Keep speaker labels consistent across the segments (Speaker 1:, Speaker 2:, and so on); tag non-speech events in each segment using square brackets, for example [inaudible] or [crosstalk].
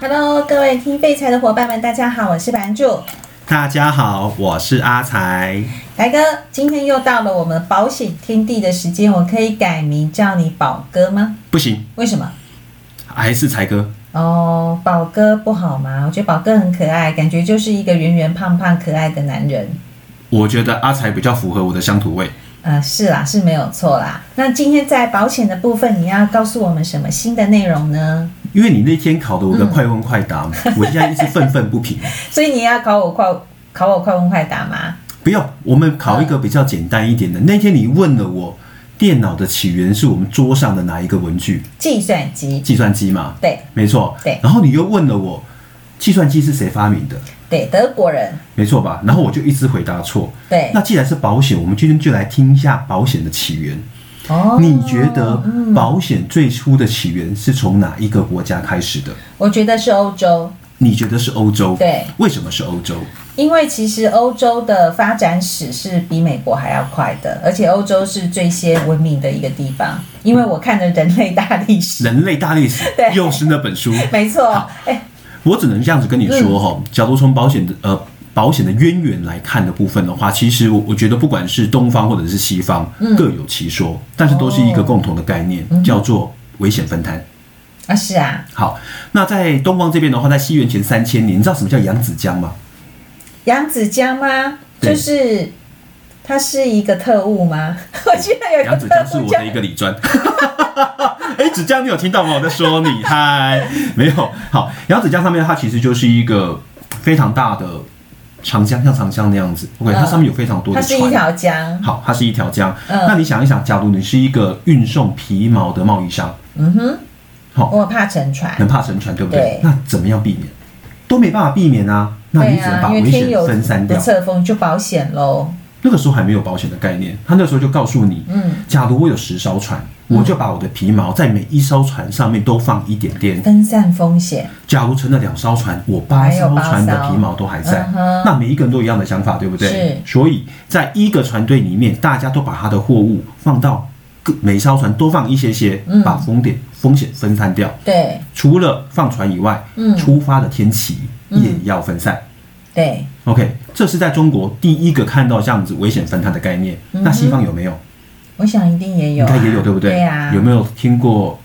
Speaker 1: Hello，各位听废柴的伙伴们，大家好，我是版主
Speaker 2: 大家好，我是阿才。
Speaker 1: 来哥。今天又到了我们保险天地的时间，我可以改名叫你宝哥吗？
Speaker 2: 不行，
Speaker 1: 为什么？
Speaker 2: 还是才哥。
Speaker 1: 哦，宝哥不好吗？我觉得宝哥很可爱，感觉就是一个圆圆胖胖可爱的男人。
Speaker 2: 我觉得阿才比较符合我的乡土味。
Speaker 1: 呃，是啦，是没有错啦。那今天在保险的部分，你要告诉我们什么新的内容呢？
Speaker 2: 因为你那天考的我的快问快答，
Speaker 1: [laughs]
Speaker 2: 我现在一直愤愤不平。
Speaker 1: 所以你要考我快考我快问快答吗？
Speaker 2: 不用，我们考一个比较简单一点的。那天你问了我，电脑的起源是我们桌上的哪一个文具？
Speaker 1: 计算机，
Speaker 2: 计算机嘛，
Speaker 1: 对
Speaker 2: 没错。
Speaker 1: 对
Speaker 2: 然后你又问了我，计算机是谁发明的？
Speaker 1: 对，德国人，
Speaker 2: 没错吧？然后我就一直回答错。
Speaker 1: 对
Speaker 2: 那既然是保险，我们今天就来听一下保险的起源。
Speaker 1: 哦嗯
Speaker 2: 你觉得保险最初的起源是从哪一个国家开始的？
Speaker 1: 我觉得是欧洲，
Speaker 2: 你觉得是欧洲？
Speaker 1: 对，
Speaker 2: 为什么是欧洲？
Speaker 1: 因为其实欧洲的发展史是比美国还要快的，而且欧洲是最先文明的一个地方。因为我看了《人类大历
Speaker 2: [laughs]
Speaker 1: 史》，
Speaker 2: 人类大历史
Speaker 1: [laughs] 对
Speaker 2: 又是那本书。
Speaker 1: 没错，哎，
Speaker 2: 我只能这样子跟你
Speaker 1: 嗯
Speaker 2: 说哈、假如从保险的呃保险的渊源来看的部分的话，其实我我觉得不管是东方或者是西方，
Speaker 1: 嗯
Speaker 2: 各有其说，但是都是一个共同的概
Speaker 1: 哦
Speaker 2: 念，叫做危险分摊。
Speaker 1: 啊是啊，
Speaker 2: 好，那在东方这边的话，在西元前三千年，你知道什么叫扬子江吗？
Speaker 1: 扬子江吗？
Speaker 2: 对
Speaker 1: 就是他是一个特务吗？ [laughs] 我记得有一
Speaker 2: 杨
Speaker 1: 个
Speaker 2: 子江是
Speaker 1: 特
Speaker 2: 我
Speaker 1: 务
Speaker 2: 的一个理专。 [laughs] 哎，子江，你有听到吗？我在说你，嗨， [laughs] 没有。好，杨子江上面它其实就是一个非常大的长江，像长江那样子。OK，它上面有非常多
Speaker 1: 嗯它
Speaker 2: 的
Speaker 1: 是一
Speaker 2: 船。
Speaker 1: 条江，
Speaker 2: 好，它是一条江。
Speaker 1: 嗯
Speaker 2: 那你想一想，假如你是一个运送皮毛的贸易商，
Speaker 1: 嗯哼，
Speaker 2: 好
Speaker 1: 我怕沉船，
Speaker 2: 能怕沉船，对不对？
Speaker 1: 哎对
Speaker 2: 那怎么样避免？都没办法避免啊。那
Speaker 1: 对
Speaker 2: 你只能
Speaker 1: 啊，
Speaker 2: 把
Speaker 1: 因
Speaker 2: 危
Speaker 1: 为天有
Speaker 2: 险分散
Speaker 1: 不
Speaker 2: 掉。
Speaker 1: 测风就保险喽，
Speaker 2: 那个时候还没有保险的概念，他那时候就告诉你，
Speaker 1: 嗯，
Speaker 2: 假如我有十艘船，我就把我的皮毛在每一艘船上面都放一点点。
Speaker 1: 分散风险，
Speaker 2: 假如成了两艘船，我八
Speaker 1: 还有
Speaker 2: 艘
Speaker 1: 八艘
Speaker 2: 船的皮毛都还在
Speaker 1: 嗯哼，
Speaker 2: 那每一个人都一样的想法，对不对？
Speaker 1: 是
Speaker 2: 所以在一个船队里面，大家都把他的货物放到各每艘船都放一些些
Speaker 1: 嗯，
Speaker 2: 把风点风险分散掉。
Speaker 1: 对
Speaker 2: 除了放船以外
Speaker 1: 嗯，
Speaker 2: 出发的天气也要分散。
Speaker 1: 对，
Speaker 2: OK，这是在中国第一个看到这样子危险分摊的概念。那西方有没有？
Speaker 1: 我想一定嗯也有、
Speaker 2: 应
Speaker 1: 啊，
Speaker 2: 该也有，对不对？
Speaker 1: 对啊，
Speaker 2: 有没有听过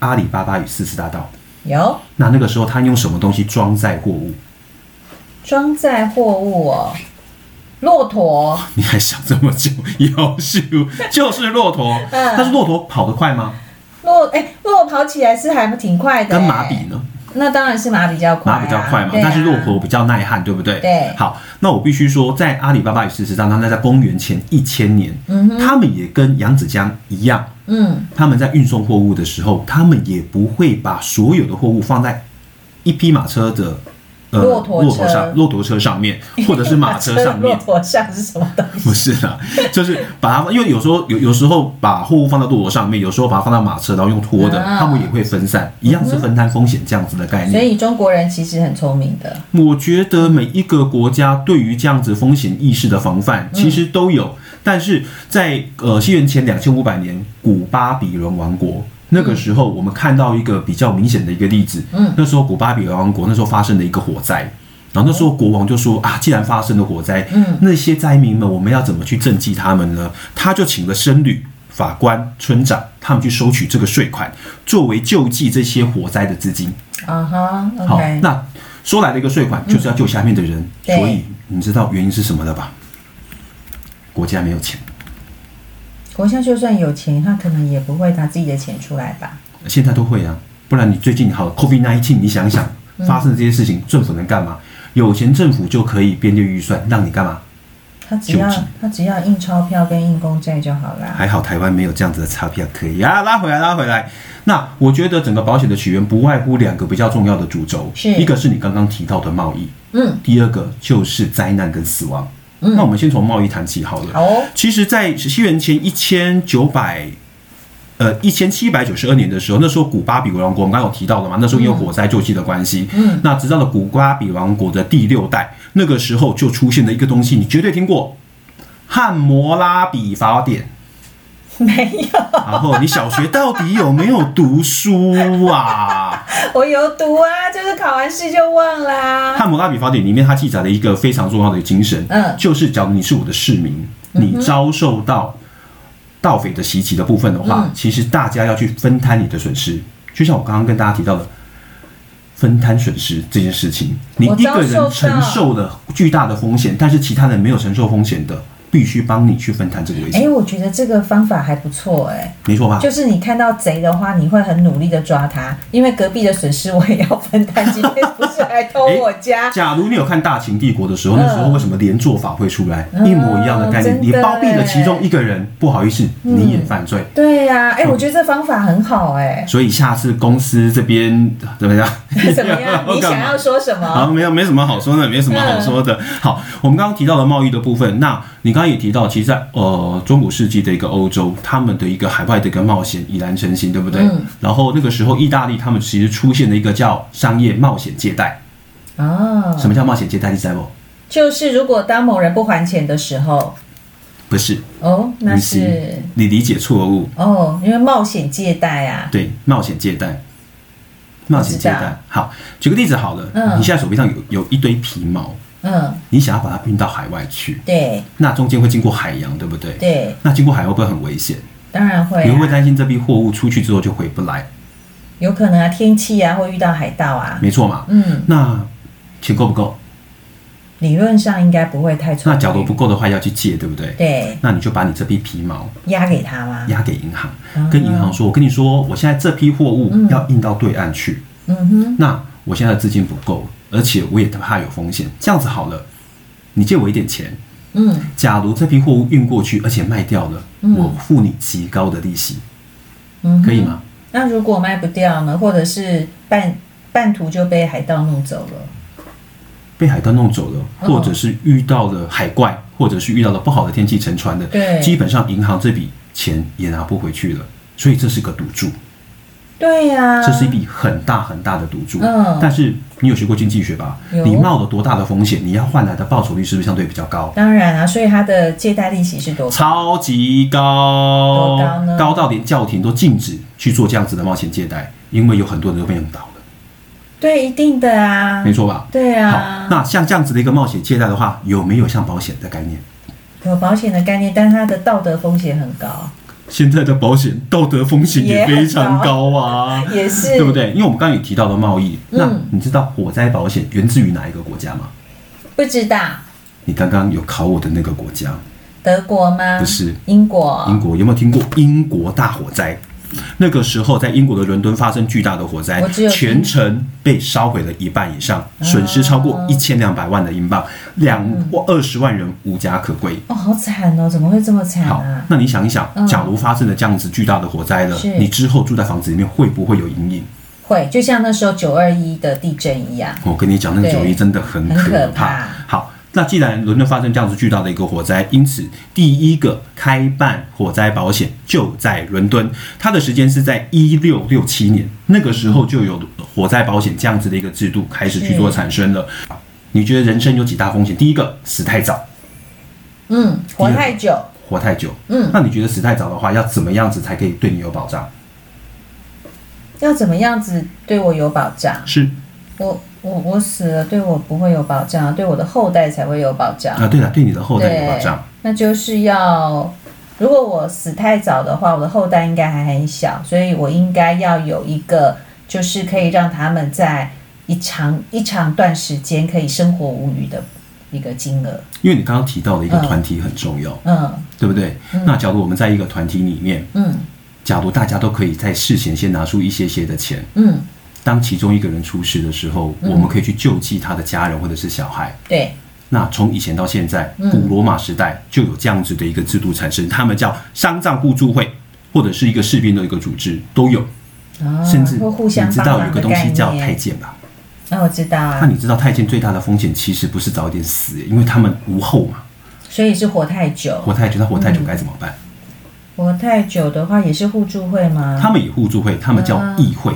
Speaker 2: 阿里巴巴与四十大盗？
Speaker 1: 有
Speaker 2: 那那个时候他用什么东西装载货物？ [laughs]
Speaker 1: 装载货物哦，骆驼，
Speaker 2: 你还想这么久？有是， [laughs] 就是骆驼。
Speaker 1: 嗯
Speaker 2: 但是骆驼跑得快吗？
Speaker 1: 骆哎、骆驼跑起来是还挺快的、
Speaker 2: 跟马比，呢？
Speaker 1: 那当然是马比较快、啊，
Speaker 2: 马比较快嘛，
Speaker 1: 对啊
Speaker 2: 但是骆驼比较耐旱，对不对？
Speaker 1: 对
Speaker 2: 好，那我必须说，在阿里巴巴与四十大盗，那在公元前一千年，
Speaker 1: 嗯哼，
Speaker 2: 他们也跟扬子江一样，
Speaker 1: 嗯，
Speaker 2: 他们在运送货物的时候，他们也不会把所有的货物放在一匹马车的呃
Speaker 1: 骆驼车
Speaker 2: 上骆驼车上
Speaker 1: [laughs]
Speaker 2: 面，或者是马车上
Speaker 1: 骆
Speaker 2: 面。
Speaker 1: 驼上是什么东西？
Speaker 2: 不是啦， [laughs] 就是把它，因为有时候有有时候把货物放到骆驼上面，有时候把它放到马车，然后用拖的，
Speaker 1: 啊
Speaker 2: 他们也会分散，一样是分摊风险这样子的概
Speaker 1: 所
Speaker 2: 念。
Speaker 1: 以中国人其实很聪明的，
Speaker 2: 我觉得每一个国家对于这样子风险意识的防范，
Speaker 1: 嗯
Speaker 2: 其实都有，但是在呃西元前两千五百年，古巴比伦王国。那个时候，我们看到一个比较明显的一个例子。
Speaker 1: 嗯
Speaker 2: 那时候古巴比伦王国那时候发生了一个火灾，然后那时候国王就说啊，既然发生了火灾，
Speaker 1: 嗯
Speaker 2: 那些灾民们我们要怎么去赈济他们呢？他就请了僧侣、法官、村长，他们去收取这个税款，作为救济这些火灾的资金。
Speaker 1: 啊哈
Speaker 2: 好
Speaker 1: ，OK，，
Speaker 2: 那说来的一个税款就是要救下面的人，
Speaker 1: 对
Speaker 2: 所以你知道原因是什么了吧？国家没有钱，
Speaker 1: 国家就算有钱，他可能也不会拿自己的钱出来吧？
Speaker 2: 现在都会啊，不然你最近好 COVID nineteen，你想想
Speaker 1: 嗯
Speaker 2: 发生的这些事情，政府能干嘛？有钱政府就可以编列预算让你干嘛？
Speaker 1: 他只要
Speaker 2: 救济
Speaker 1: 他只要印钞票跟印公债就好啦。
Speaker 2: 还好台湾没有这样子的差票，可以啊，拉回来，拉回来。那我觉得整个保险的起源不外乎两个比较重要的主轴，
Speaker 1: 是
Speaker 2: 一个是你刚刚提到的贸易，
Speaker 1: 嗯， [laughs]
Speaker 2: 第二个就是灾难跟死亡。那我们先从贸易谈起好了。
Speaker 1: 好哦，
Speaker 2: 其实，在西元前一千九百，呃，一千七百九十二年的时候，那时候古巴比伦王国，我们刚刚有提到的嘛，那时候因为火灾救济的关系，
Speaker 1: 嗯，
Speaker 2: 那直到了古巴比伦王国的第六代，那个时候就出现了一个东西，你绝对听过《汉谟拉比法典》。
Speaker 1: 没有，
Speaker 2: 然后你小学到底有没有读书啊？
Speaker 1: 我有读啊，就是考完试就忘啦、
Speaker 2: 《 [laughs] 汉谟拉比法典》里面它记载了一个非常重要的精神，
Speaker 1: 嗯
Speaker 2: 就是假如你是我的市民，你遭受到盗匪的袭击的部分的
Speaker 1: 嗯
Speaker 2: 话，其实大家要去分摊你的损失。就像我刚刚跟大家提到的，分摊损失这件事情，你
Speaker 1: 我
Speaker 2: 一
Speaker 1: 遭
Speaker 2: 个人
Speaker 1: 受
Speaker 2: 承
Speaker 1: 到
Speaker 2: 受了巨大的风险，但是其他人没有承受风险的，必须帮你去分摊这个危
Speaker 1: 哎、
Speaker 2: 险，
Speaker 1: 我觉得这个方法还不错哎、
Speaker 2: 没错吧？
Speaker 1: 就是你看到贼的话，你会很努力的抓他，因为隔壁的损失我也要分担，今天不是来偷我
Speaker 2: [laughs]
Speaker 1: 家。
Speaker 2: 假如你有看《大秦帝国》的时候，
Speaker 1: 嗯
Speaker 2: 那时候为什么连坐法会出来？
Speaker 1: 嗯
Speaker 2: 一模一样的概念，
Speaker 1: 真的
Speaker 2: 你包庇了
Speaker 1: 耶嗯
Speaker 2: 其中一个人，不好意思，你也犯罪。
Speaker 1: 对呀、
Speaker 2: 嗯
Speaker 1: 哎、我觉得这方法很好
Speaker 2: [laughs]
Speaker 1: 哎、
Speaker 2: 所以下次公司这边怎么样？
Speaker 1: 怎么
Speaker 2: [laughs]
Speaker 1: 样？你想要说什么？嗯
Speaker 2: 啊，没有，没什么好说的，没什么好说的。好，我们刚刚提到了贸易的部分，那你刚刚也提到，其实在，呃中古世纪的一个欧洲，他们的一个海外的一个冒险已然成型，对不对？
Speaker 1: 嗯
Speaker 2: 然后那个时候，意大利他们其实出现了一个叫商业冒
Speaker 1: 嗯
Speaker 2: 险借贷。
Speaker 1: 哦，
Speaker 2: 什么叫冒险借贷？你知道不？
Speaker 1: 就是如果当某人不还钱的时候，
Speaker 2: 不是，
Speaker 1: 哦，那
Speaker 2: 你
Speaker 1: 是
Speaker 2: 你理解错误。
Speaker 1: 哦，因为冒险借贷啊，
Speaker 2: 对，冒险借贷，冒险借
Speaker 1: 我知道
Speaker 2: 贷。好，举个例子好了，
Speaker 1: 嗯
Speaker 2: 你现在手臂上有有一堆皮毛，
Speaker 1: 嗯，
Speaker 2: 你想要把它运到海外去，
Speaker 1: 对
Speaker 2: 那中间会经过海洋，对不对？
Speaker 1: 对，
Speaker 2: 那经过海洋会不会很危险？
Speaker 1: 当然会、
Speaker 2: 你会不会
Speaker 1: 啊，
Speaker 2: 担心这批货物出去之后就回不来？
Speaker 1: 有可能啊，天气啊会遇到海盗啊，
Speaker 2: 没错嘛。
Speaker 1: 嗯，
Speaker 2: 那钱够不够？
Speaker 1: 理论上应该不会太错。
Speaker 2: 那假如不够的话，要去借，对不对？
Speaker 1: 对
Speaker 2: 那你就把你这批皮毛
Speaker 1: 押给他吗？
Speaker 2: 押给银行
Speaker 1: 嗯，
Speaker 2: 跟银行说：“我跟你说，我现在这批货物
Speaker 1: 嗯
Speaker 2: 要运到对岸去，
Speaker 1: 嗯哼，
Speaker 2: 那我现在的资金不够，而且我也怕有风险。这样子好了，你借我一点钱。
Speaker 1: 嗯，
Speaker 2: 假如这批货物运过去，而且卖掉了，
Speaker 1: 嗯
Speaker 2: 我付你极高的利息，
Speaker 1: 嗯哼
Speaker 2: 可以？吗？
Speaker 1: 那如果卖不掉呢，或者是半半途就被海盗弄走了，
Speaker 2: 被海盗弄走了，
Speaker 1: 嗯
Speaker 2: 或者是遇到了海怪，或者是遇到了不好的天气沉船的，
Speaker 1: 对
Speaker 2: 基本上银行这笔钱也拿不回去了。所以这是个赌注，
Speaker 1: 嗯对呀、
Speaker 2: 这是一笔很大很大的赌注。
Speaker 1: 嗯
Speaker 2: 但是你有学过经济学吧？
Speaker 1: 有
Speaker 2: 你冒了多大的风险，你要换来的报酬率是不是相对比较高？
Speaker 1: 当然啊，所以他的借贷利息是多高？
Speaker 2: 超级
Speaker 1: 多
Speaker 2: 高，
Speaker 1: 高呢
Speaker 2: 到连教廷都禁止去做这样子的冒险借贷，因为有很多人都被用倒了，
Speaker 1: 对，一定的啊，
Speaker 2: 没错吧？
Speaker 1: 对
Speaker 2: 好
Speaker 1: 啊，，
Speaker 2: 那像这样子的一个冒险借贷的话，有没有像保险的概念？
Speaker 1: 有保险的概念，但它的道德风险很高，
Speaker 2: 现在的保险道德风险也非常高啊，
Speaker 1: 也 [laughs] 是
Speaker 2: 对不？对？因为我们刚刚也提到了贸易，
Speaker 1: 嗯
Speaker 2: 那你知道火灾保险源自于哪一个国家吗？
Speaker 1: 不知道
Speaker 2: 你刚刚有考我的那个国家，
Speaker 1: 德国吗？
Speaker 2: 不是
Speaker 1: 英国，
Speaker 2: 英国有没有听过英国大火灾？那个时候，在英国的伦敦发生巨大的火灾
Speaker 1: 我只，有听啊
Speaker 2: 全城被烧毁了一半以上，损失超过一千两百万的英镑，两
Speaker 1: 嗯
Speaker 2: 二十万人无家可归。
Speaker 1: 哦，好惨哦，怎么会这么惨
Speaker 2: 好
Speaker 1: 啊，？
Speaker 2: 那你想一想，
Speaker 1: 嗯
Speaker 2: 假如发生了这样子巨大的火灾了
Speaker 1: 是，
Speaker 2: 你之后住在房子里面会不会有阴影？
Speaker 1: 会，就像那时候九二一的地震一样，
Speaker 2: 我跟你讲，那个
Speaker 1: 对
Speaker 2: 九一真的很
Speaker 1: 很可
Speaker 2: 可
Speaker 1: 怕
Speaker 2: 怕。好，那既然伦敦发生这样子巨大的一个火灾，因此第一个开办火灾保险就在伦敦，它的时间是在一六六七年，那个时候就有火灾保险这样子的一个制度开始去做产生了。你觉得人生有几大风险？第一个死太早，
Speaker 1: 嗯，活太久，
Speaker 2: 活太久。
Speaker 1: 嗯，
Speaker 2: 那你觉得死太早的话，要怎么样子才可以对你有保障？
Speaker 1: 要怎么样子对我有保障？
Speaker 2: 是
Speaker 1: 我我我死了，对我不会有保障，对我的后代才会有保障。
Speaker 2: 啊，对了，对你的后代有保
Speaker 1: 对
Speaker 2: 障。
Speaker 1: 那就是要，如果我死太早的话，我的后代应该还很小，所以我应该要有一个，就是可以让他们在一长一长段时间可以生活无虞的一个金额。
Speaker 2: 因为你刚刚提到的一个
Speaker 1: 嗯
Speaker 2: 团体很重要，
Speaker 1: 嗯
Speaker 2: 对不对？那假如我们在一个团体里面，
Speaker 1: 嗯
Speaker 2: 假如大家都可以在事前先拿出一些些的钱，
Speaker 1: 嗯，
Speaker 2: 当其中一个人出事的时候，我们可以去救济他的家人或者是小孩。
Speaker 1: 对，
Speaker 2: 那从以前到现在，
Speaker 1: 嗯
Speaker 2: 古罗马时代就有这样子的一个制度产生，他们叫丧葬互助会，或者是一个士兵的一个组织都有，
Speaker 1: 啊
Speaker 2: 甚至
Speaker 1: 会互
Speaker 2: 你
Speaker 1: 相
Speaker 2: 知
Speaker 1: 帮
Speaker 2: 道
Speaker 1: 忙
Speaker 2: 有个
Speaker 1: 的
Speaker 2: 东
Speaker 1: 概
Speaker 2: 西叫太
Speaker 1: 念。
Speaker 2: 监吧？
Speaker 1: 那、我知道
Speaker 2: 那
Speaker 1: 啊，
Speaker 2: 你知道太监最大的风险其实不是早一点死，因为他们无后
Speaker 1: 嗯
Speaker 2: 嘛，
Speaker 1: 所以是活太久。
Speaker 2: 活太久，他活太久该怎么办？
Speaker 1: 嗯活太久的话，也是互助会吗？嗯
Speaker 2: 他们也互助会，他们叫议会。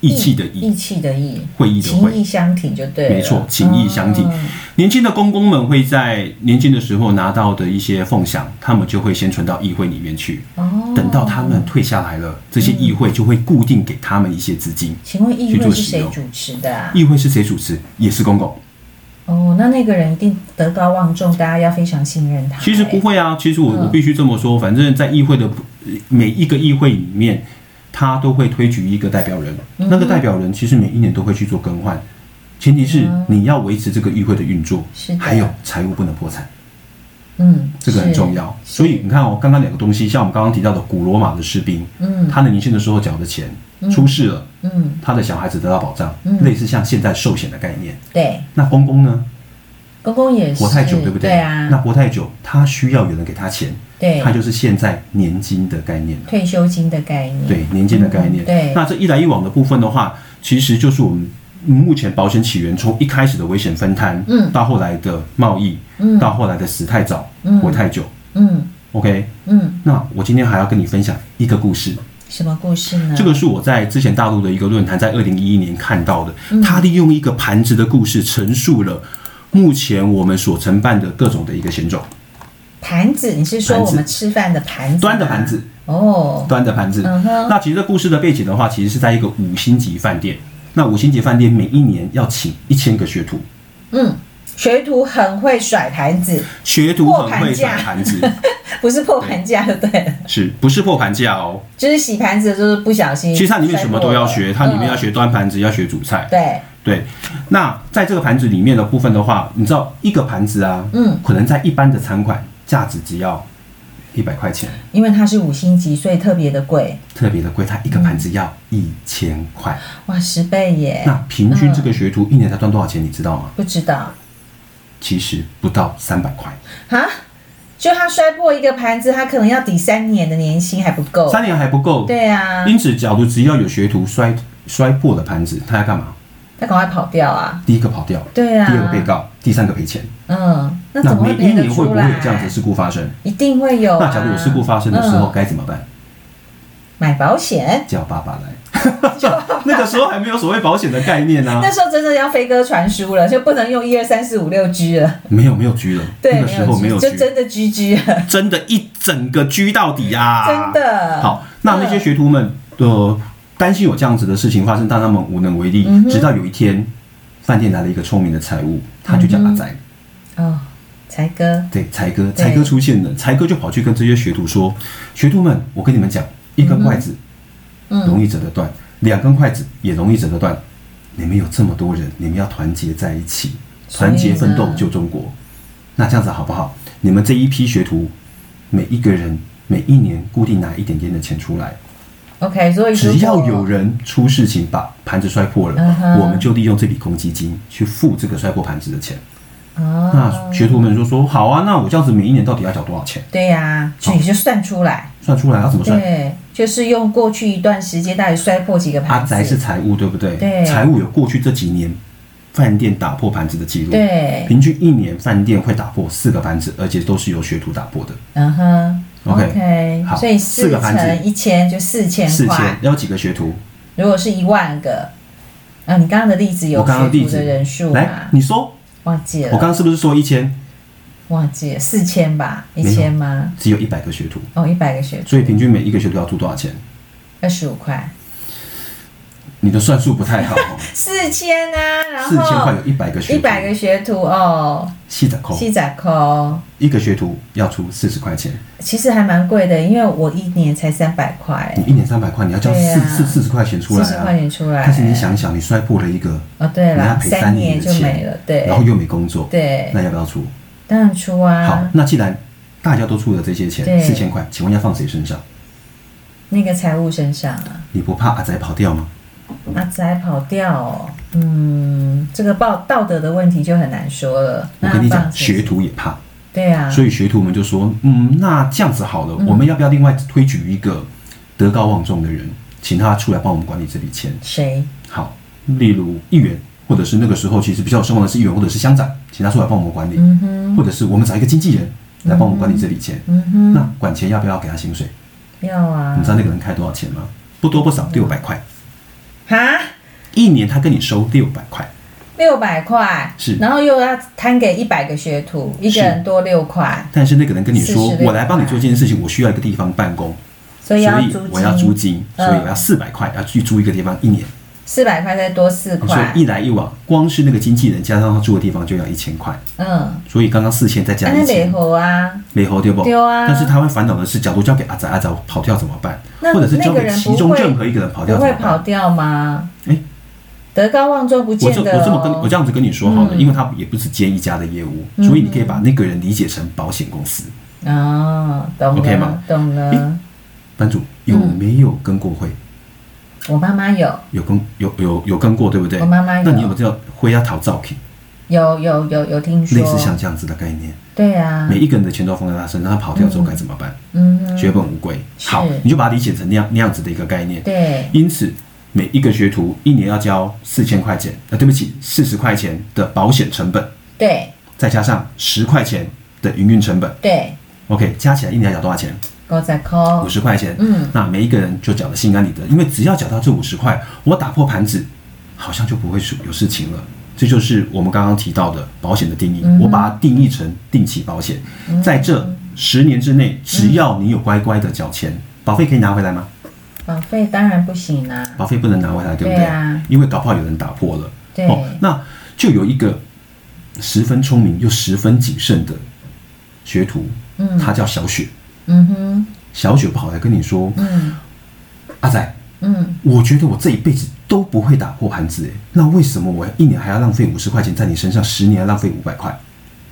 Speaker 2: 义气的义，
Speaker 1: 义气的义，
Speaker 2: 会议的
Speaker 1: 情
Speaker 2: 会。
Speaker 1: 义相挺就对了。啊
Speaker 2: 没错情义相挺
Speaker 1: 哦
Speaker 2: 年轻的公公们会在年轻的时候拿到的一些俸饷，他们就会先存到议会里面去。
Speaker 1: 哦，
Speaker 2: 等到他们退下来了，这些议会就会固定给他们一些资金。
Speaker 1: 请问议
Speaker 2: 去
Speaker 1: 会
Speaker 2: 做
Speaker 1: 是
Speaker 2: 使
Speaker 1: 谁
Speaker 2: 用
Speaker 1: 主持的啊？
Speaker 2: 议会是谁主持？也是公公。
Speaker 1: 哦，那那个人一定德高望重，大家要非常信任他。
Speaker 2: 其实不会啊，其实我
Speaker 1: 嗯
Speaker 2: 我必须这么说，反正在议会的呃每一个议会里面，他都会推举一个代表人，
Speaker 1: 嗯
Speaker 2: 那个代表人其实每一年都会去做更换，前提是你要维持这个议会的运作，
Speaker 1: 嗯是的
Speaker 2: 还有财务不能破产，
Speaker 1: 嗯，
Speaker 2: 这个很重要。
Speaker 1: 是
Speaker 2: 所以你看哦，刚刚两个东西，像我们刚刚提到的古罗马的士兵，
Speaker 1: 嗯
Speaker 2: 他的年轻的时候缴的钱出事了，
Speaker 1: 是。嗯，
Speaker 2: 他的小孩子得到保障，
Speaker 1: 嗯
Speaker 2: 类似像现在寿险的概念。
Speaker 1: 对，
Speaker 2: 那公公呢？
Speaker 1: 公公也是
Speaker 2: 活太久，对不对？
Speaker 1: 对啊，
Speaker 2: 那活太久，他需要有人给他钱，
Speaker 1: 对
Speaker 2: 他就是现在年金的概念了。
Speaker 1: 退休金的概念。
Speaker 2: 对，年金的概
Speaker 1: 嗯
Speaker 2: 念。
Speaker 1: 对
Speaker 2: 那这一来一往的部分的话，其实就是我们目前保险起源从一开始的危险分摊，
Speaker 1: 嗯
Speaker 2: 到后来的贸易，
Speaker 1: 嗯
Speaker 2: 到后来的死太早，
Speaker 1: 嗯
Speaker 2: 活太久。
Speaker 1: 嗯
Speaker 2: OK，
Speaker 1: 嗯，
Speaker 2: 那我今天还要跟你分享一个故事。
Speaker 1: 什么故事呢？
Speaker 2: 这个是我在之前大陆的一个论坛，在二零一一年看到的，
Speaker 1: 嗯
Speaker 2: 他利用一个盘子的故事陈述了目前我们所承办的各种的一个险种，
Speaker 1: 盘子，你是说
Speaker 2: 盘子
Speaker 1: 我们吃饭的盘子吗？
Speaker 2: 端的盘子，
Speaker 1: 哦，
Speaker 2: 端的盘子。
Speaker 1: 嗯哼
Speaker 2: 那其实这故事的背景的话，其实是在一个五星级饭店。那五星级饭店每一年要请一千个学徒，
Speaker 1: 嗯，学徒很会甩盘子，
Speaker 2: 学徒很
Speaker 1: 破
Speaker 2: 会甩
Speaker 1: 盘架
Speaker 2: 盘子，
Speaker 1: 不是破盘架就对了，
Speaker 2: 是不是破盘架
Speaker 1: [laughs]
Speaker 2: 哦？
Speaker 1: 就是洗盘子就是不小心。
Speaker 2: 其实它里面什么都要学，它里面要
Speaker 1: 学、
Speaker 2: 学端盘子，要学煮菜
Speaker 1: 嗯、。对，
Speaker 2: 对，那在这个盘子里面的部分的话，你知道一个盘子啊，
Speaker 1: 嗯，
Speaker 2: 可能在一般的餐馆价值只要一百块钱，
Speaker 1: 因为它是五星级，所以特别的贵，
Speaker 2: 特别的贵，它一个盘子要一千块。
Speaker 1: 哇，十倍耶！
Speaker 2: 那平均
Speaker 1: 嗯
Speaker 2: 这个学徒一年才赚多少钱？你知道吗？
Speaker 1: 不知道
Speaker 2: 其实不到三百块，
Speaker 1: 啊，就他摔破一个盘子，他可能要抵三年的年薪还不够。
Speaker 2: 三年还不够。
Speaker 1: 哦对啊，
Speaker 2: 因此，假如只要有学徒摔摔破了盘子，他要干嘛？
Speaker 1: 他赶快跑掉啊！
Speaker 2: 第一个跑掉，
Speaker 1: 对啊
Speaker 2: 第二个被告，第三个赔钱。
Speaker 1: 嗯，那
Speaker 2: 那
Speaker 1: 怎么会
Speaker 2: 每一
Speaker 1: 赔得
Speaker 2: 年会不
Speaker 1: 出
Speaker 2: 会
Speaker 1: 来？
Speaker 2: 有这样子的事故发生？
Speaker 1: 一定会有、啊。
Speaker 2: 那假如有事故发生的时候
Speaker 1: 嗯
Speaker 2: 该怎么办？
Speaker 1: 买保险，
Speaker 2: 叫爸爸来。 [laughs] 那个时候还没有所谓保险的概念啊
Speaker 1: [laughs] 那，时候真的要飞鸽传书了，就不能用一二三四五六 G 了。
Speaker 2: 没有没有狙了，
Speaker 1: 对，
Speaker 2: 那个时候没有啊
Speaker 1: 就
Speaker 2: 狙，
Speaker 1: 真的 GG 了，
Speaker 2: 真的一整个狙到底啊！
Speaker 1: 真。的。
Speaker 2: 好，那那些学徒们的担心有这样子的事情发生，但他们无能为力。
Speaker 1: 嗯
Speaker 2: 直到有一天，饭店来了一个聪明的财务，他就叫
Speaker 1: 嗯
Speaker 2: 阿仔，
Speaker 1: 哦，才哥，
Speaker 2: 对，才哥，
Speaker 1: 对
Speaker 2: 才哥出现了，才哥就跑去跟这些学徒说：“学徒们，我跟你们讲，一
Speaker 1: 嗯
Speaker 2: 根筷子容易折得断，两根筷子也容易折得断。你们有这么多人，你们要团结在一起，
Speaker 1: 所以
Speaker 2: 团
Speaker 1: 呢
Speaker 2: 结奋斗救中国。那这样子好不好？你们这一批学徒，每一个人每一年固定拿一点点的钱出来，
Speaker 1: ，OK，所以
Speaker 2: 只
Speaker 1: 如
Speaker 2: 要
Speaker 1: 果
Speaker 2: 有人出事情把盘子摔破了，
Speaker 1: 嗯哼
Speaker 2: 我们就利用这笔公积金去付这个摔破盘子的钱。”
Speaker 1: 哦，
Speaker 2: 那学徒们就说：“好啊，那我这样子每一年到底要缴多少钱？
Speaker 1: 对呀、所以就算出来，
Speaker 2: 算出来要怎么算啊
Speaker 1: 对，就是用过去一段时间到底摔破几个？”
Speaker 2: 阿
Speaker 1: 盘子，
Speaker 2: 宅啊是财务，对不对？
Speaker 1: 对
Speaker 2: 财务有过去这几年饭店打破盘子的记录，
Speaker 1: 对，
Speaker 2: 平均一年饭店会打破四个盘子，而且都是由学徒打破的。
Speaker 1: 嗯哼
Speaker 2: OK，
Speaker 1: ，OK，
Speaker 2: 好
Speaker 1: 所以
Speaker 2: 四
Speaker 1: 四
Speaker 2: 个盘子
Speaker 1: 乘一千就四千
Speaker 2: 四千
Speaker 1: 块，
Speaker 2: 要几个学徒？
Speaker 1: 如果是一万个，啊，你刚刚的例子有
Speaker 2: 我刚刚
Speaker 1: 学
Speaker 2: 地
Speaker 1: 徒
Speaker 2: 址
Speaker 1: 的人数啊
Speaker 2: 来
Speaker 1: 吗，？
Speaker 2: 你搜。
Speaker 1: 忘记
Speaker 2: 我
Speaker 1: 了
Speaker 2: 刚，刚是不是说一千
Speaker 1: 忘记了，四千吧，一
Speaker 2: 有
Speaker 1: 千吗？
Speaker 2: 只有一百个学徒？
Speaker 1: 哦，一百个学徒，
Speaker 2: 所以平均每一个学徒要出多少钱？
Speaker 1: 二十五块，
Speaker 2: 你的算术不太好哦，
Speaker 1: 四千啊， [laughs] 然
Speaker 2: 四千
Speaker 1: 后
Speaker 2: 块有一百个学
Speaker 1: 一
Speaker 2: 徒，
Speaker 1: 百个学徒哦，
Speaker 2: 细的扣，
Speaker 1: 细仔扣，
Speaker 2: 一个学徒要出四十块钱。
Speaker 1: 其实还蛮贵的，因为我一年才三百块，
Speaker 2: 你一年三百块，你要交
Speaker 1: 对
Speaker 2: 四
Speaker 1: 啊
Speaker 2: 四四十块钱出
Speaker 1: 四
Speaker 2: 来
Speaker 1: 十
Speaker 2: 啊
Speaker 1: 块。钱出来，
Speaker 2: 但是你想一想，你摔破了一个，
Speaker 1: 哦，对
Speaker 2: 你要
Speaker 1: 了，
Speaker 2: 赔三
Speaker 1: 年
Speaker 2: 的
Speaker 1: 就没了
Speaker 2: 钱，，
Speaker 1: 对
Speaker 2: 然后又没工作，
Speaker 1: 对，
Speaker 2: 那要不要出？
Speaker 1: 当然出
Speaker 2: 好
Speaker 1: 啊，，
Speaker 2: 那既然大家都出了这些钱，
Speaker 1: 对
Speaker 2: 四千块，请问要放谁身上？
Speaker 1: 那个财务身上啊，
Speaker 2: 你不怕阿仔跑掉吗？
Speaker 1: 阿仔跑掉、哦，嗯，这个道道德的问题就很难说了。
Speaker 2: 我
Speaker 1: 那
Speaker 2: 跟你讲，
Speaker 1: 放谁
Speaker 2: 学徒也怕，
Speaker 1: 对啊，
Speaker 2: 所以学徒们就说，嗯，那这样子好了，我们要不要另外推举一个德高望重的人，请他出来帮我们管理这笔钱？
Speaker 1: 谁
Speaker 2: 好，例如议员，或者是那个时候其实比较有声望的是议员或者是乡长，请他出来帮我们管理，
Speaker 1: 嗯
Speaker 2: 或者是我们找一个经纪人来帮我们管理这笔钱。那管钱要不要给他薪水？
Speaker 1: 嗯要啊
Speaker 2: 你知？道那个人开多少钱吗？不多不少，六百块。
Speaker 1: 哈，
Speaker 2: 一年他跟你收六百块，
Speaker 1: 六百块，
Speaker 2: 是
Speaker 1: 然后又要摊给一百个学徒，一个人多六块，
Speaker 2: 但是那个人跟你说
Speaker 1: 46，
Speaker 2: 我来帮你做这件事情，我需要一个地方办公，
Speaker 1: 所以要
Speaker 2: 所
Speaker 1: 租金，
Speaker 2: 以我要租金，
Speaker 1: 嗯
Speaker 2: 所以我要四百块，要去租一个地方一年，
Speaker 1: 四百块再多四
Speaker 2: 哦所
Speaker 1: 块
Speaker 2: 以，一来一往，光是那个经纪人加上他住的地方就要一千块，
Speaker 1: 嗯，啊
Speaker 2: 所以刚刚四千再加
Speaker 1: 哎那
Speaker 2: 一
Speaker 1: 美
Speaker 2: 千，
Speaker 1: 猴啊，
Speaker 2: 没好对不？
Speaker 1: 对啊
Speaker 2: 但是他会烦恼的是，假如交给阿仔，阿仔跑掉怎么办？
Speaker 1: 那
Speaker 2: 或者是交
Speaker 1: 那个
Speaker 2: 给
Speaker 1: 人
Speaker 2: 其
Speaker 1: 不
Speaker 2: 中
Speaker 1: 会
Speaker 2: 任何一个人跑掉
Speaker 1: 不
Speaker 2: 怎
Speaker 1: 会
Speaker 2: 么
Speaker 1: 跑
Speaker 2: 办？
Speaker 1: 掉吗？
Speaker 2: 哎
Speaker 1: 德高望重不
Speaker 2: 我
Speaker 1: 见
Speaker 2: 这
Speaker 1: 得
Speaker 2: 我这么跟我
Speaker 1: 哦。
Speaker 2: 这样子跟你说好了，
Speaker 1: 嗯
Speaker 2: 因为他也不是接一家的业务，所以你可以把那个人理解成保险公司。
Speaker 1: 哦，懂
Speaker 2: OK 吗
Speaker 1: 了，懂了
Speaker 2: 诶。班主有
Speaker 1: 嗯
Speaker 2: 没有跟过会？
Speaker 1: 我妈妈有，
Speaker 2: 有跟有有有跟过，对不对？
Speaker 1: 我妈妈有
Speaker 2: 那你有没有知道会要讨造品？
Speaker 1: 有有有有听说
Speaker 2: 类，似像这样子的概念，
Speaker 1: 对啊
Speaker 2: 每，一个人的钱都放在他身上，他跑掉之后该怎么办？
Speaker 1: 嗯，
Speaker 2: 血本无归。
Speaker 1: 是
Speaker 2: 好，你就把它理解成那样那样子的一个概念。
Speaker 1: 对，
Speaker 2: 因此，每一个学徒一年要交四千块钱，呃，对不起，四十块钱的保险成本，
Speaker 1: 对
Speaker 2: 再加上十块钱的营运成本
Speaker 1: 对，
Speaker 2: ，OK，加起来一年要缴多少钱？
Speaker 1: 狗仔
Speaker 2: 五
Speaker 1: 扣，
Speaker 2: 十块钱。
Speaker 1: 嗯，
Speaker 2: 那每一个人就缴的心安理得，因为只要缴到这五十块，我打破盘子，好像就不会有事情了。这就是我们刚刚提到的保险的定义，
Speaker 1: 嗯
Speaker 2: 我把它定义成定期保险。在这十年之
Speaker 1: 嗯
Speaker 2: 内，只要你有乖乖的缴钱，保费可以拿回来吗？
Speaker 1: 保费当然不行啊啦，
Speaker 2: 保费不能拿回来，对不对？
Speaker 1: 对啊
Speaker 2: 因为搞不好有人打破了。哦
Speaker 1: 对
Speaker 2: 那就有一个十分聪明又十分谨慎的学徒，
Speaker 1: 嗯
Speaker 2: 他叫小雪。
Speaker 1: 嗯哼，
Speaker 2: 小雪跑来跟你说
Speaker 1: 嗯：“
Speaker 2: 阿仔，
Speaker 1: 嗯，
Speaker 2: 我觉得我这一辈子都不会打破盘子，哎，那为什么我一年还要浪费五十块钱在你身上，十年要浪费五百块？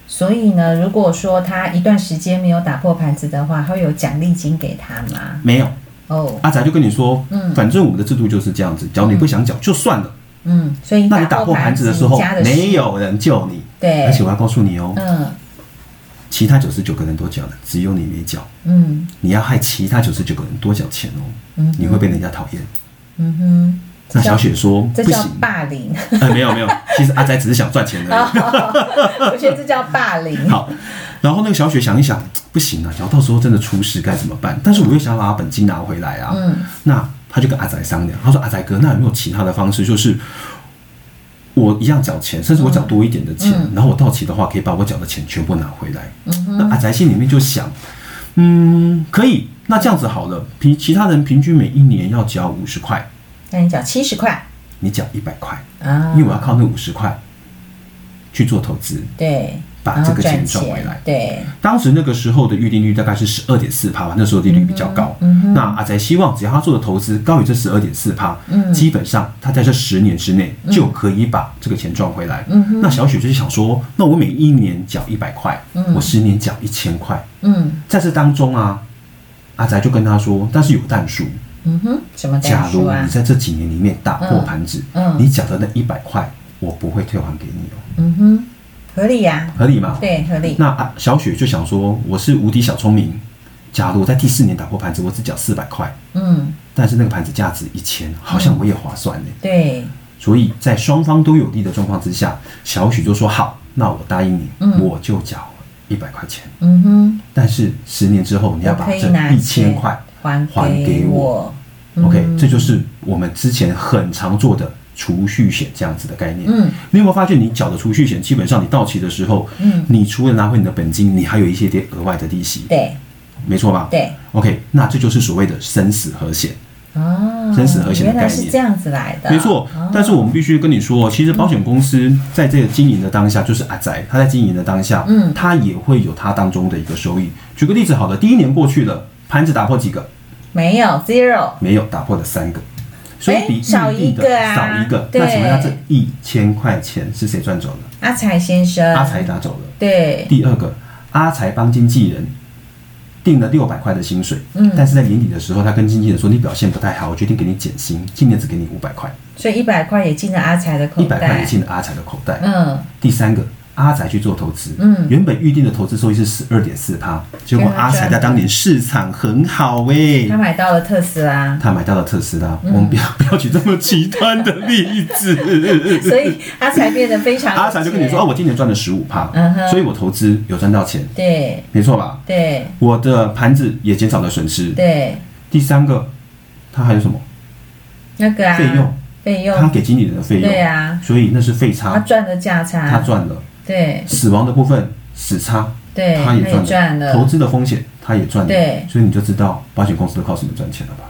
Speaker 1: 所以呢，如果说他一段时间没有打破盘子的话，会有奖励金给他吗？
Speaker 2: 没有，
Speaker 1: 哦，
Speaker 2: 阿仔就跟你说，
Speaker 1: 嗯
Speaker 2: 反正我们的制度就是这样子，只要你不想缴就算了。
Speaker 1: 嗯，所以
Speaker 2: 那你打破盘子的时候，
Speaker 1: 加的是
Speaker 2: 没，有人救你。
Speaker 1: 对
Speaker 2: 而且我要告诉你哦，
Speaker 1: 嗯
Speaker 2: 其他九十九个人都缴了，只有你没缴，
Speaker 1: 嗯
Speaker 2: 你要害其他九十九个人多缴钱哦
Speaker 1: 嗯，
Speaker 2: 你会被人家讨厌。
Speaker 1: 嗯哼，
Speaker 2: 那小雪说
Speaker 1: 这
Speaker 2: 不
Speaker 1: 叫 [laughs]
Speaker 2: 行，
Speaker 1: 霸凌，
Speaker 2: 呃，没有没有，其实阿仔只是想赚钱而已。
Speaker 1: 我觉得这叫霸凌，
Speaker 2: 好，然后那个小雪想一想，不行啊，然后到时候真的出事该怎么办？但是我又想把她本金拿回来啊。
Speaker 1: 嗯
Speaker 2: 那他就跟阿仔商量，他说：“阿仔哥，那有没有其他的方式？就是我一样缴钱，甚至我缴多一点的钱，然后我到期的话，可以把我缴的钱全部拿回来。那阿仔心里面就想，嗯，可以，那这样子好了，平其他人平均每一年要缴五十块，
Speaker 1: 那你缴七十块
Speaker 2: 你缴一百块，
Speaker 1: 啊
Speaker 2: 因为我要靠那五十块去做投资。
Speaker 1: 对，
Speaker 2: 把
Speaker 1: 然后
Speaker 2: 这个钱
Speaker 1: 赚
Speaker 2: 赚回来
Speaker 1: 对，
Speaker 2: 当时那个时候的预定率大概是十二点四帕吧，那时候利率比较高。
Speaker 1: 嗯
Speaker 2: 那阿宅希望只要他做的投资高于这十二点四帕，
Speaker 1: 嗯
Speaker 2: 基本上他在这十年之内就可以把这个钱赚回来。
Speaker 1: 嗯
Speaker 2: 那小雪就是想说，那我每一年缴一百块，我十年缴一千块，
Speaker 1: 嗯
Speaker 2: 在这当中啊，阿宅就跟他说，但是有但书，
Speaker 1: 嗯哼，什么代
Speaker 2: 假
Speaker 1: 数
Speaker 2: 如
Speaker 1: 啊
Speaker 2: 你？在这几年里面打破盘子，
Speaker 1: 嗯嗯
Speaker 2: 你缴的那一百块，我不会退还给你哦，
Speaker 1: 嗯哼，合理呀、
Speaker 2: 合理吗？
Speaker 1: 对，合理，
Speaker 2: 那啊，小雪就想说，我是无敌小聪明。假如我在第四年打破盘子，我只缴四百块，
Speaker 1: 嗯，
Speaker 2: 但是那个盘子价值一千，好像我也划算呢。
Speaker 1: 对，
Speaker 2: 所以在双方都有利的状况之下，小许就说好，那我答应你，我就缴一百块钱。
Speaker 1: 嗯哼，
Speaker 2: 但是十年之后，你要
Speaker 1: 我
Speaker 2: 把
Speaker 1: 可以
Speaker 2: 这
Speaker 1: 拿
Speaker 2: 一千块
Speaker 1: 还
Speaker 2: 还给
Speaker 1: 给
Speaker 2: 我。
Speaker 1: 我，
Speaker 2: OK，这
Speaker 1: 嗯
Speaker 2: 就是我们之前很常做的储蓄险这样子的概念。
Speaker 1: 嗯，
Speaker 2: 你有没有发现，你缴的储蓄险基本上你到期的时候，
Speaker 1: 嗯，
Speaker 2: 你除了拿回你的本金，你还有一些点额外的利息，
Speaker 1: 对
Speaker 2: 没错吧？
Speaker 1: 对，
Speaker 2: OK，那这就是所谓的生死和险，
Speaker 1: 哦，
Speaker 2: 生死和谐的
Speaker 1: 原来
Speaker 2: 概念
Speaker 1: 是这样子来的，哦嗯
Speaker 2: 没错。但是我们必须跟你说，其实保险公司在这个经营的当下，就是阿宅他在经营的当下，
Speaker 1: 嗯
Speaker 2: 他也会有他当中的一个收益。举个例子好了，第一年过去了，盘子打破几个？
Speaker 1: 没有 zero，
Speaker 2: 没有，打破了三个，所以比
Speaker 1: 诶少
Speaker 2: 预定的
Speaker 1: 一个啊
Speaker 2: 少一个。
Speaker 1: 对
Speaker 2: 那请问他这一千块钱是谁赚走了？
Speaker 1: 阿才先生，
Speaker 2: 阿财拿走了。
Speaker 1: 对，
Speaker 2: 第二个，阿财帮经纪人定了六百块的薪水，
Speaker 1: 嗯
Speaker 2: 但是在年底的时候，他跟经纪人说你表现不太好，我决定给你减薪，今年只给你五百块，
Speaker 1: 所以一百块也进了阿才的口
Speaker 2: 一百块
Speaker 1: 袋
Speaker 2: 也，进了阿财的口袋。
Speaker 1: 嗯，
Speaker 2: 第三个，阿财去做投资，
Speaker 1: 嗯
Speaker 2: 原本预定的投资收益是十二点四趴，结果阿财在当年市场很好喂、
Speaker 1: 他买到了特斯拉，
Speaker 2: 他买到了特斯拉，我们不要不要举这么极端的例
Speaker 1: [laughs]
Speaker 2: 子。
Speaker 1: 所以阿才变得非常，
Speaker 2: [laughs] 阿财就跟你说，哦，，我今年赚了十五趴
Speaker 1: 嗯，哼
Speaker 2: 所以我投资有赚到钱，
Speaker 1: 对
Speaker 2: 没错吧？
Speaker 1: 对
Speaker 2: 我的盘子也减少了损失。
Speaker 1: 对，
Speaker 2: 第三个，它还有什么
Speaker 1: 那个啊，
Speaker 2: 费用？
Speaker 1: 费
Speaker 2: 他
Speaker 1: 用，
Speaker 2: 给经理人的费
Speaker 1: 对
Speaker 2: 用，
Speaker 1: 啊，
Speaker 2: 所以那是费
Speaker 1: 他
Speaker 2: 差，
Speaker 1: 赚的价
Speaker 2: 他
Speaker 1: 差，
Speaker 2: 赚了。
Speaker 1: 对
Speaker 2: 死亡的部分死差，
Speaker 1: 对，
Speaker 2: 他也
Speaker 1: 也
Speaker 2: 赚
Speaker 1: 赚
Speaker 2: 了，投
Speaker 1: 了，
Speaker 2: 资的风险他也赚了。
Speaker 1: 对，
Speaker 2: 所以你就知道保险公司都靠什么赚钱了吧？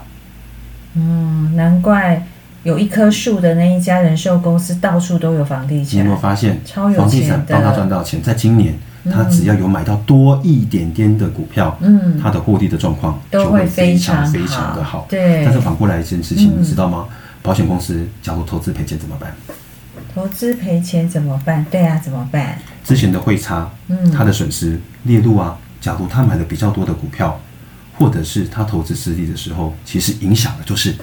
Speaker 1: 嗯，难怪有一棵树的那一家人寿公司到处都有房地
Speaker 2: 你有
Speaker 1: 产
Speaker 2: 没有，发现，
Speaker 1: 超有
Speaker 2: 房地
Speaker 1: 钱
Speaker 2: 产
Speaker 1: 的
Speaker 2: 帮他赚到钱，在今年他只要有买到多一点点的股票，
Speaker 1: 嗯，
Speaker 2: 他的获利的状况
Speaker 1: 都
Speaker 2: 就
Speaker 1: 会
Speaker 2: 会非
Speaker 1: 非常
Speaker 2: 常非常的好。
Speaker 1: 对
Speaker 2: 但，是反过来一件事情，
Speaker 1: 嗯
Speaker 2: 你知道吗？保险公司假如投资赔钱怎么办？
Speaker 1: 投资赔钱怎么办？对啊，怎么办？
Speaker 2: 之前的汇差，
Speaker 1: 嗯
Speaker 2: 他的损失列入啊。假如他买了比较多的股票，或者是他投资失利的时候，其实影响的就是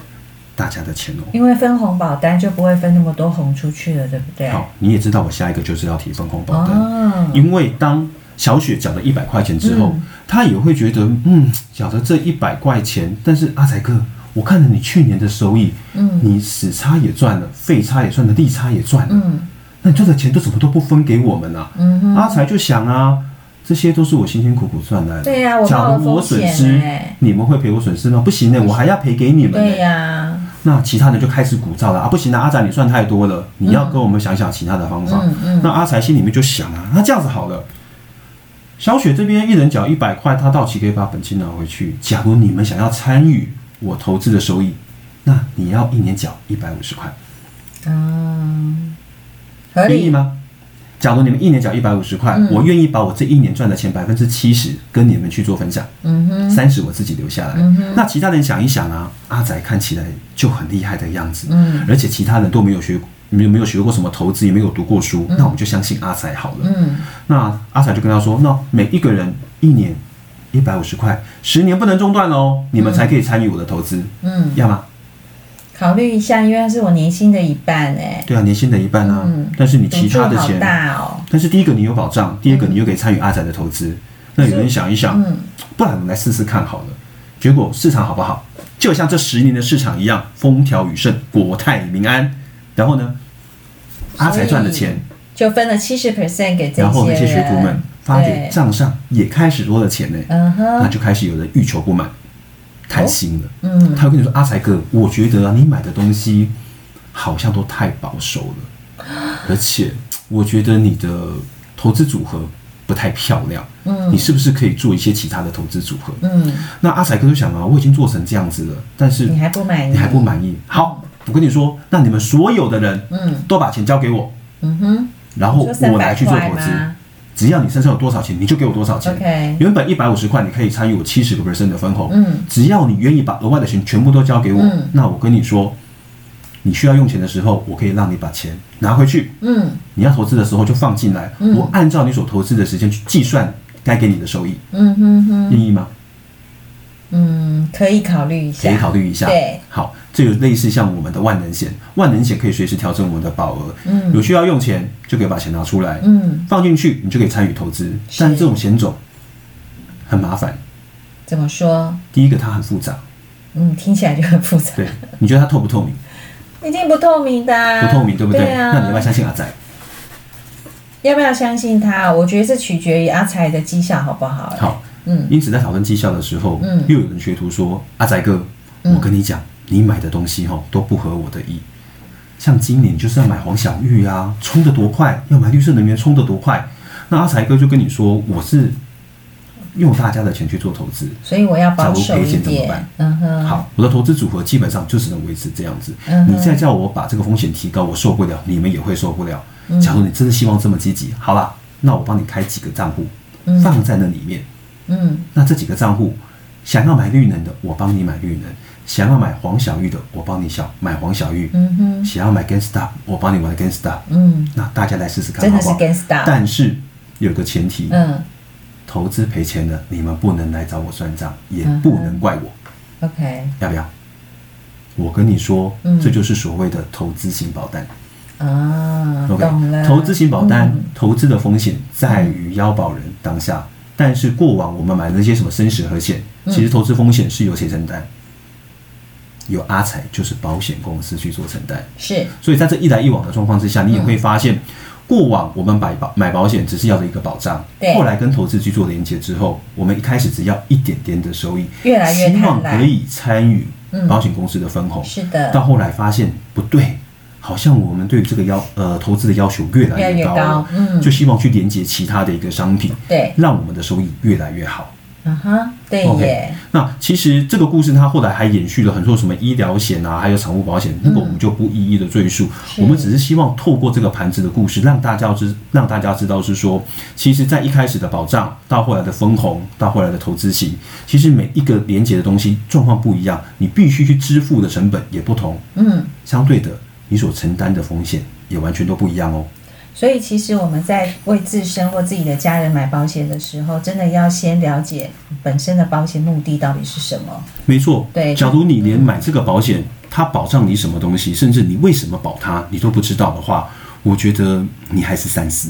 Speaker 2: 大家的钱哦。
Speaker 1: 因为分红保单就不会分那么多红出去了，对不对？
Speaker 2: 好，你也知道我下一个就是要提分红保单，
Speaker 1: 嗯哦，
Speaker 2: 因为当小雪缴了一百块钱之后，
Speaker 1: 嗯
Speaker 2: 她也会觉得，嗯，缴了这一百块钱，但是阿才哥，我看了你去年的收益，
Speaker 1: 嗯
Speaker 2: 你死差也赚了，费差也赚了，利差也赚了，
Speaker 1: 嗯
Speaker 2: 那你赚的钱都怎么都不分给我们啊？
Speaker 1: 嗯哼，
Speaker 2: 阿才就想啊，这些都是我辛辛苦苦赚来的，
Speaker 1: 对呀我冒
Speaker 2: 假
Speaker 1: 了
Speaker 2: 如我损
Speaker 1: 风
Speaker 2: 失
Speaker 1: 险欸，
Speaker 2: 你们会赔我损失吗？不行呢、我还要赔给你们、欸。
Speaker 1: 对呀、
Speaker 2: 那其他人就开始鼓噪了啊！不行啊，阿仔你算太多了，你要跟我们想想其他的方法。
Speaker 1: 嗯嗯
Speaker 2: 那阿才心里面就想啊，那这样子好了，小雪这边一人缴一百块，她到期可以把本金拿回去。假如你们想要参与我投资的收益，那你要一年缴一百五十块，
Speaker 1: 嗯，合
Speaker 2: 愿意
Speaker 1: 理？
Speaker 2: 吗？假如你们一年缴一百五十块，
Speaker 1: 嗯
Speaker 2: 我愿意把我这一年赚的钱百分之七十跟你们去做分享，
Speaker 1: 嗯哼，
Speaker 2: 三十我自己留下来。
Speaker 1: 嗯哼
Speaker 2: 那其他人想一想啊，阿仔看起来就很厉害的样子，
Speaker 1: 嗯
Speaker 2: 而且其他人都没有学，没有没有学过什么投资，也没有读过书，那我们就相信阿才好了。
Speaker 1: 嗯
Speaker 2: 那阿才就跟他说，那每一个人一年一百五十块，十年不能中断哦，你们才可以参与我的投资，
Speaker 1: 嗯，
Speaker 2: 要吗？
Speaker 1: 考虑一下，因为它是我年薪的一半哎、
Speaker 2: 对啊，年薪的一半啊，
Speaker 1: 嗯
Speaker 2: 但是你
Speaker 1: 欸，
Speaker 2: 其他的
Speaker 1: 赌注好
Speaker 2: 钱，
Speaker 1: 大哦。
Speaker 2: 但是第一个你有保障，第二个你又可以参与阿仔的投资。那有人想一想，
Speaker 1: 嗯，
Speaker 2: 不然我们来试试看好了。结果市场好不好？就像这十年的市场一样，风调雨顺，国泰民安。然后呢，阿才赚的钱
Speaker 1: 就分了七十 percent 给这
Speaker 2: 然后那些
Speaker 1: 人
Speaker 2: 学徒们发觉
Speaker 1: 对
Speaker 2: 账上也开始多了钱呢、
Speaker 1: 嗯
Speaker 2: 那
Speaker 1: 哼，
Speaker 2: 就开始有人欲求不满，贪心了。
Speaker 1: 嗯
Speaker 2: 他会跟你说：“阿才哥，我觉得啊，你买的东西好像都太保守了，而且我觉得你的投资组合不太漂亮。
Speaker 1: 嗯
Speaker 2: 你是不是可以做一些其他的投资组合？”
Speaker 1: 嗯，
Speaker 2: 那阿才哥就想啊，我已经做成这样子了，但是
Speaker 1: 你还不满意？
Speaker 2: 你还不满意？好，我跟你说，那你们所有的人
Speaker 1: 嗯
Speaker 2: 都把钱交给我，
Speaker 1: 嗯哼，
Speaker 2: 然后
Speaker 1: 就三
Speaker 2: 我来
Speaker 1: 百
Speaker 2: 去做
Speaker 1: 块
Speaker 2: 投资。
Speaker 1: 吗
Speaker 2: 只要你身上有多少钱，你就给我多少钱。
Speaker 1: ？OK，
Speaker 2: 原本一百五十块，你可以参与我七十个 percent 的分红。
Speaker 1: 嗯
Speaker 2: 只要你愿意把额外的钱全部都交给我，
Speaker 1: 嗯
Speaker 2: 那我跟你说，你需要用钱的时候，我可以让你把钱拿回去；
Speaker 1: 嗯
Speaker 2: 你要投资的时候就放进来，
Speaker 1: 嗯
Speaker 2: 我按照你所投资的时间去计算该给你的收益，
Speaker 1: 嗯哼哼，
Speaker 2: 愿意吗？
Speaker 1: 嗯，可以考虑一下，
Speaker 2: 可以考虑一下。
Speaker 1: 对，
Speaker 2: 好，这有类似像我们的万能险，万能险可以随时调整我们的保额，
Speaker 1: 嗯
Speaker 2: 有需要用钱就可以把钱拿出来，
Speaker 1: 嗯，
Speaker 2: 放进去，你就可以参与投资。
Speaker 1: 是
Speaker 2: 但这种险种很麻烦，
Speaker 1: 怎么说？
Speaker 2: 第一个它很
Speaker 1: [laughs]
Speaker 2: 复杂，
Speaker 1: 嗯，听起来就很复杂，
Speaker 2: 对，你觉得它透不透明？
Speaker 1: 一定不透明的、啊，
Speaker 2: 不透明，对不对？
Speaker 1: 啊，
Speaker 2: 那你要不要相信阿仔？
Speaker 1: 要不要相信他？我觉得这取决于阿才的绩效好不好、欸。，
Speaker 2: 好，
Speaker 1: 嗯
Speaker 2: 因此在讨论绩效的时候，
Speaker 1: 嗯
Speaker 2: 又有人学徒说：“阿仔哥，
Speaker 1: 嗯
Speaker 2: 我跟你讲，你买的东西哈都不合我的意。像今年就是要买黄小玉啊，冲得多快；要买绿色能源，冲得多快。那阿才哥就跟你说，我是用大家的钱去做投资。
Speaker 1: 所以我要保守一
Speaker 2: 假如赔钱怎么
Speaker 1: 点
Speaker 2: 办。
Speaker 1: 嗯哼，，
Speaker 2: 好，我的投资组合基本上就只能维持这样子。
Speaker 1: 嗯哼
Speaker 2: 你再叫我把这个风险提高，我受不了，你们也会受不了。
Speaker 1: 嗯
Speaker 2: 假如你真的希望这么积极，好啦，那我帮你开几个账户
Speaker 1: 嗯，
Speaker 2: 放在那里面。
Speaker 1: 嗯
Speaker 2: 那这几个账户，想要买绿能的，我帮你买绿能；想要买黄小玉的，我帮你小买黄小玉；
Speaker 1: 嗯哼，
Speaker 2: 想要买 Gangsta，我帮你玩 Gangsta。
Speaker 1: 嗯，
Speaker 2: 那大家来试试看
Speaker 1: 真
Speaker 2: 好
Speaker 1: 的
Speaker 2: 不
Speaker 1: 是
Speaker 2: 好？
Speaker 1: gangsta。
Speaker 2: 但是有个前提，
Speaker 1: 嗯
Speaker 2: 投资赔钱的，你们不能来找我算账，也
Speaker 1: 嗯哼
Speaker 2: 不能怪我，
Speaker 1: ，OK，
Speaker 2: 要不要？我跟你说
Speaker 1: 嗯，
Speaker 2: 这就是所谓的投资型保单。
Speaker 1: 啊，懂了。
Speaker 2: 投资型保单、
Speaker 1: 嗯
Speaker 2: 投资的风险在于腰保人当下，但是过往我们买的那些什么生死和险，
Speaker 1: 嗯
Speaker 2: 其实投资风险是由谁承担？有阿彩，就是保险公司去做承担。
Speaker 1: 是，
Speaker 2: 所以在这一来一往的状况之下，你也会
Speaker 1: 嗯
Speaker 2: 发现，过往我们买保买保险只是要的一个保障
Speaker 1: 对，
Speaker 2: 后来跟投资去做连接之后，我们一开始只要一点点的收益，
Speaker 1: 越来越
Speaker 2: 希望
Speaker 1: 贪婪嗯
Speaker 2: 可以参与保险公司的分红。
Speaker 1: 是的，
Speaker 2: 到后来发现不对，好像我们对于这个要呃投资的要求越
Speaker 1: 越来
Speaker 2: 来
Speaker 1: 越
Speaker 2: 越高
Speaker 1: 高
Speaker 2: 了，，
Speaker 1: 嗯，
Speaker 2: 就希望去连接其他的一个商品，
Speaker 1: 对，
Speaker 2: 让我们的收益越来越好。
Speaker 1: 嗯哼，对
Speaker 2: OK
Speaker 1: 耶，
Speaker 2: 那其实这个故事它后来还延续了很多什么医疗险啊，还有产物保险，那个我们就不一一的赘述。
Speaker 1: 是
Speaker 2: 我们只是希望透过这个盘子的故事，让大家知让大家知道是说，其实在一开始的保障，到后来的分红，到后来的投资型，其实每一个连接的东西状况不一样，你必须去支付的成本也不同，
Speaker 1: 嗯。
Speaker 2: 相对的，你所承担的风险也完全都不一样哦。
Speaker 1: 所以，其实我们在为自身或自己的家人买保险的时候，真的要先了解本身的保险目的到底是什么。
Speaker 2: 没错，
Speaker 1: 对
Speaker 2: 假如你连买这个保险，它保障你什么东西，甚至你为什么保它，你都不知道的话，我觉得你还是三思。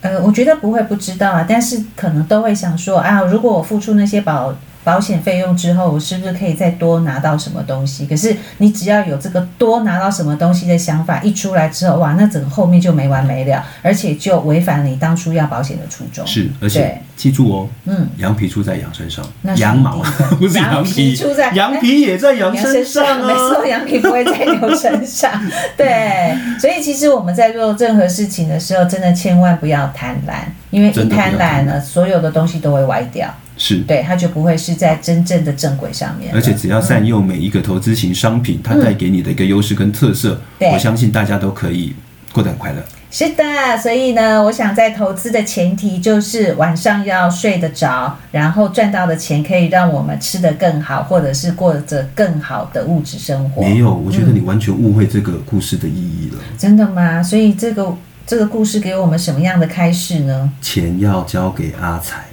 Speaker 1: 呃，我觉得不会不知道啊，但是可能都会想说啊，如果我付出那些保保险费用之后，我是不是可以再多拿到什么东西？可是你只要有这个多拿到什么东西的想法一出来之后，哇，那整个后面就没完没了，而且就违反了你当初要保险的初衷。
Speaker 2: 是，而
Speaker 1: 对
Speaker 2: 且记住哦，
Speaker 1: 嗯，
Speaker 2: 羊皮出在羊身上
Speaker 1: 那，是
Speaker 2: 羊毛
Speaker 1: 一定的
Speaker 2: [laughs] 不是
Speaker 1: 羊
Speaker 2: 羊
Speaker 1: 皮
Speaker 2: 皮，
Speaker 1: 出在
Speaker 2: [laughs] 羊皮也在羊
Speaker 1: 羊
Speaker 2: 身上
Speaker 1: 没错，
Speaker 2: 啊。
Speaker 1: 羊皮不会在牛身
Speaker 2: [laughs]
Speaker 1: 上。对，所以其实我们在做任何事情的时候，真的千万不要贪婪，因为一
Speaker 2: 真的不要
Speaker 1: 贪婪
Speaker 2: 贪
Speaker 1: 呢，所有的东西都会歪掉，
Speaker 2: 是，
Speaker 1: 对，它就不会是在真正的正轨上面了。
Speaker 2: 而且只要善用每一个投资型商品，它带给你的一个优势跟特色，
Speaker 1: 嗯对
Speaker 2: 我相信大家都可以过得很快乐。
Speaker 1: 是的，所以呢，我想在投资的前提就是晚上要睡得着，然后赚到的钱可以让我们吃得更好，或者是过着更好的物质生活。
Speaker 2: 没有，我觉得你完全误会这个故事的意义了。
Speaker 1: 真的吗？所以这个这个故事给我们什么样的开示呢？
Speaker 2: 钱要交给阿财。哎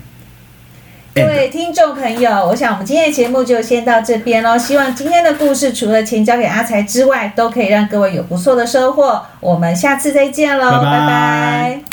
Speaker 1: 各位听众朋友，我想我们今天的节目就先到这边喽。希望今天的故事除了钱交给阿财之外，都可以让各位有不错的收获。我们下次再见喽，
Speaker 2: 拜拜
Speaker 1: 拜拜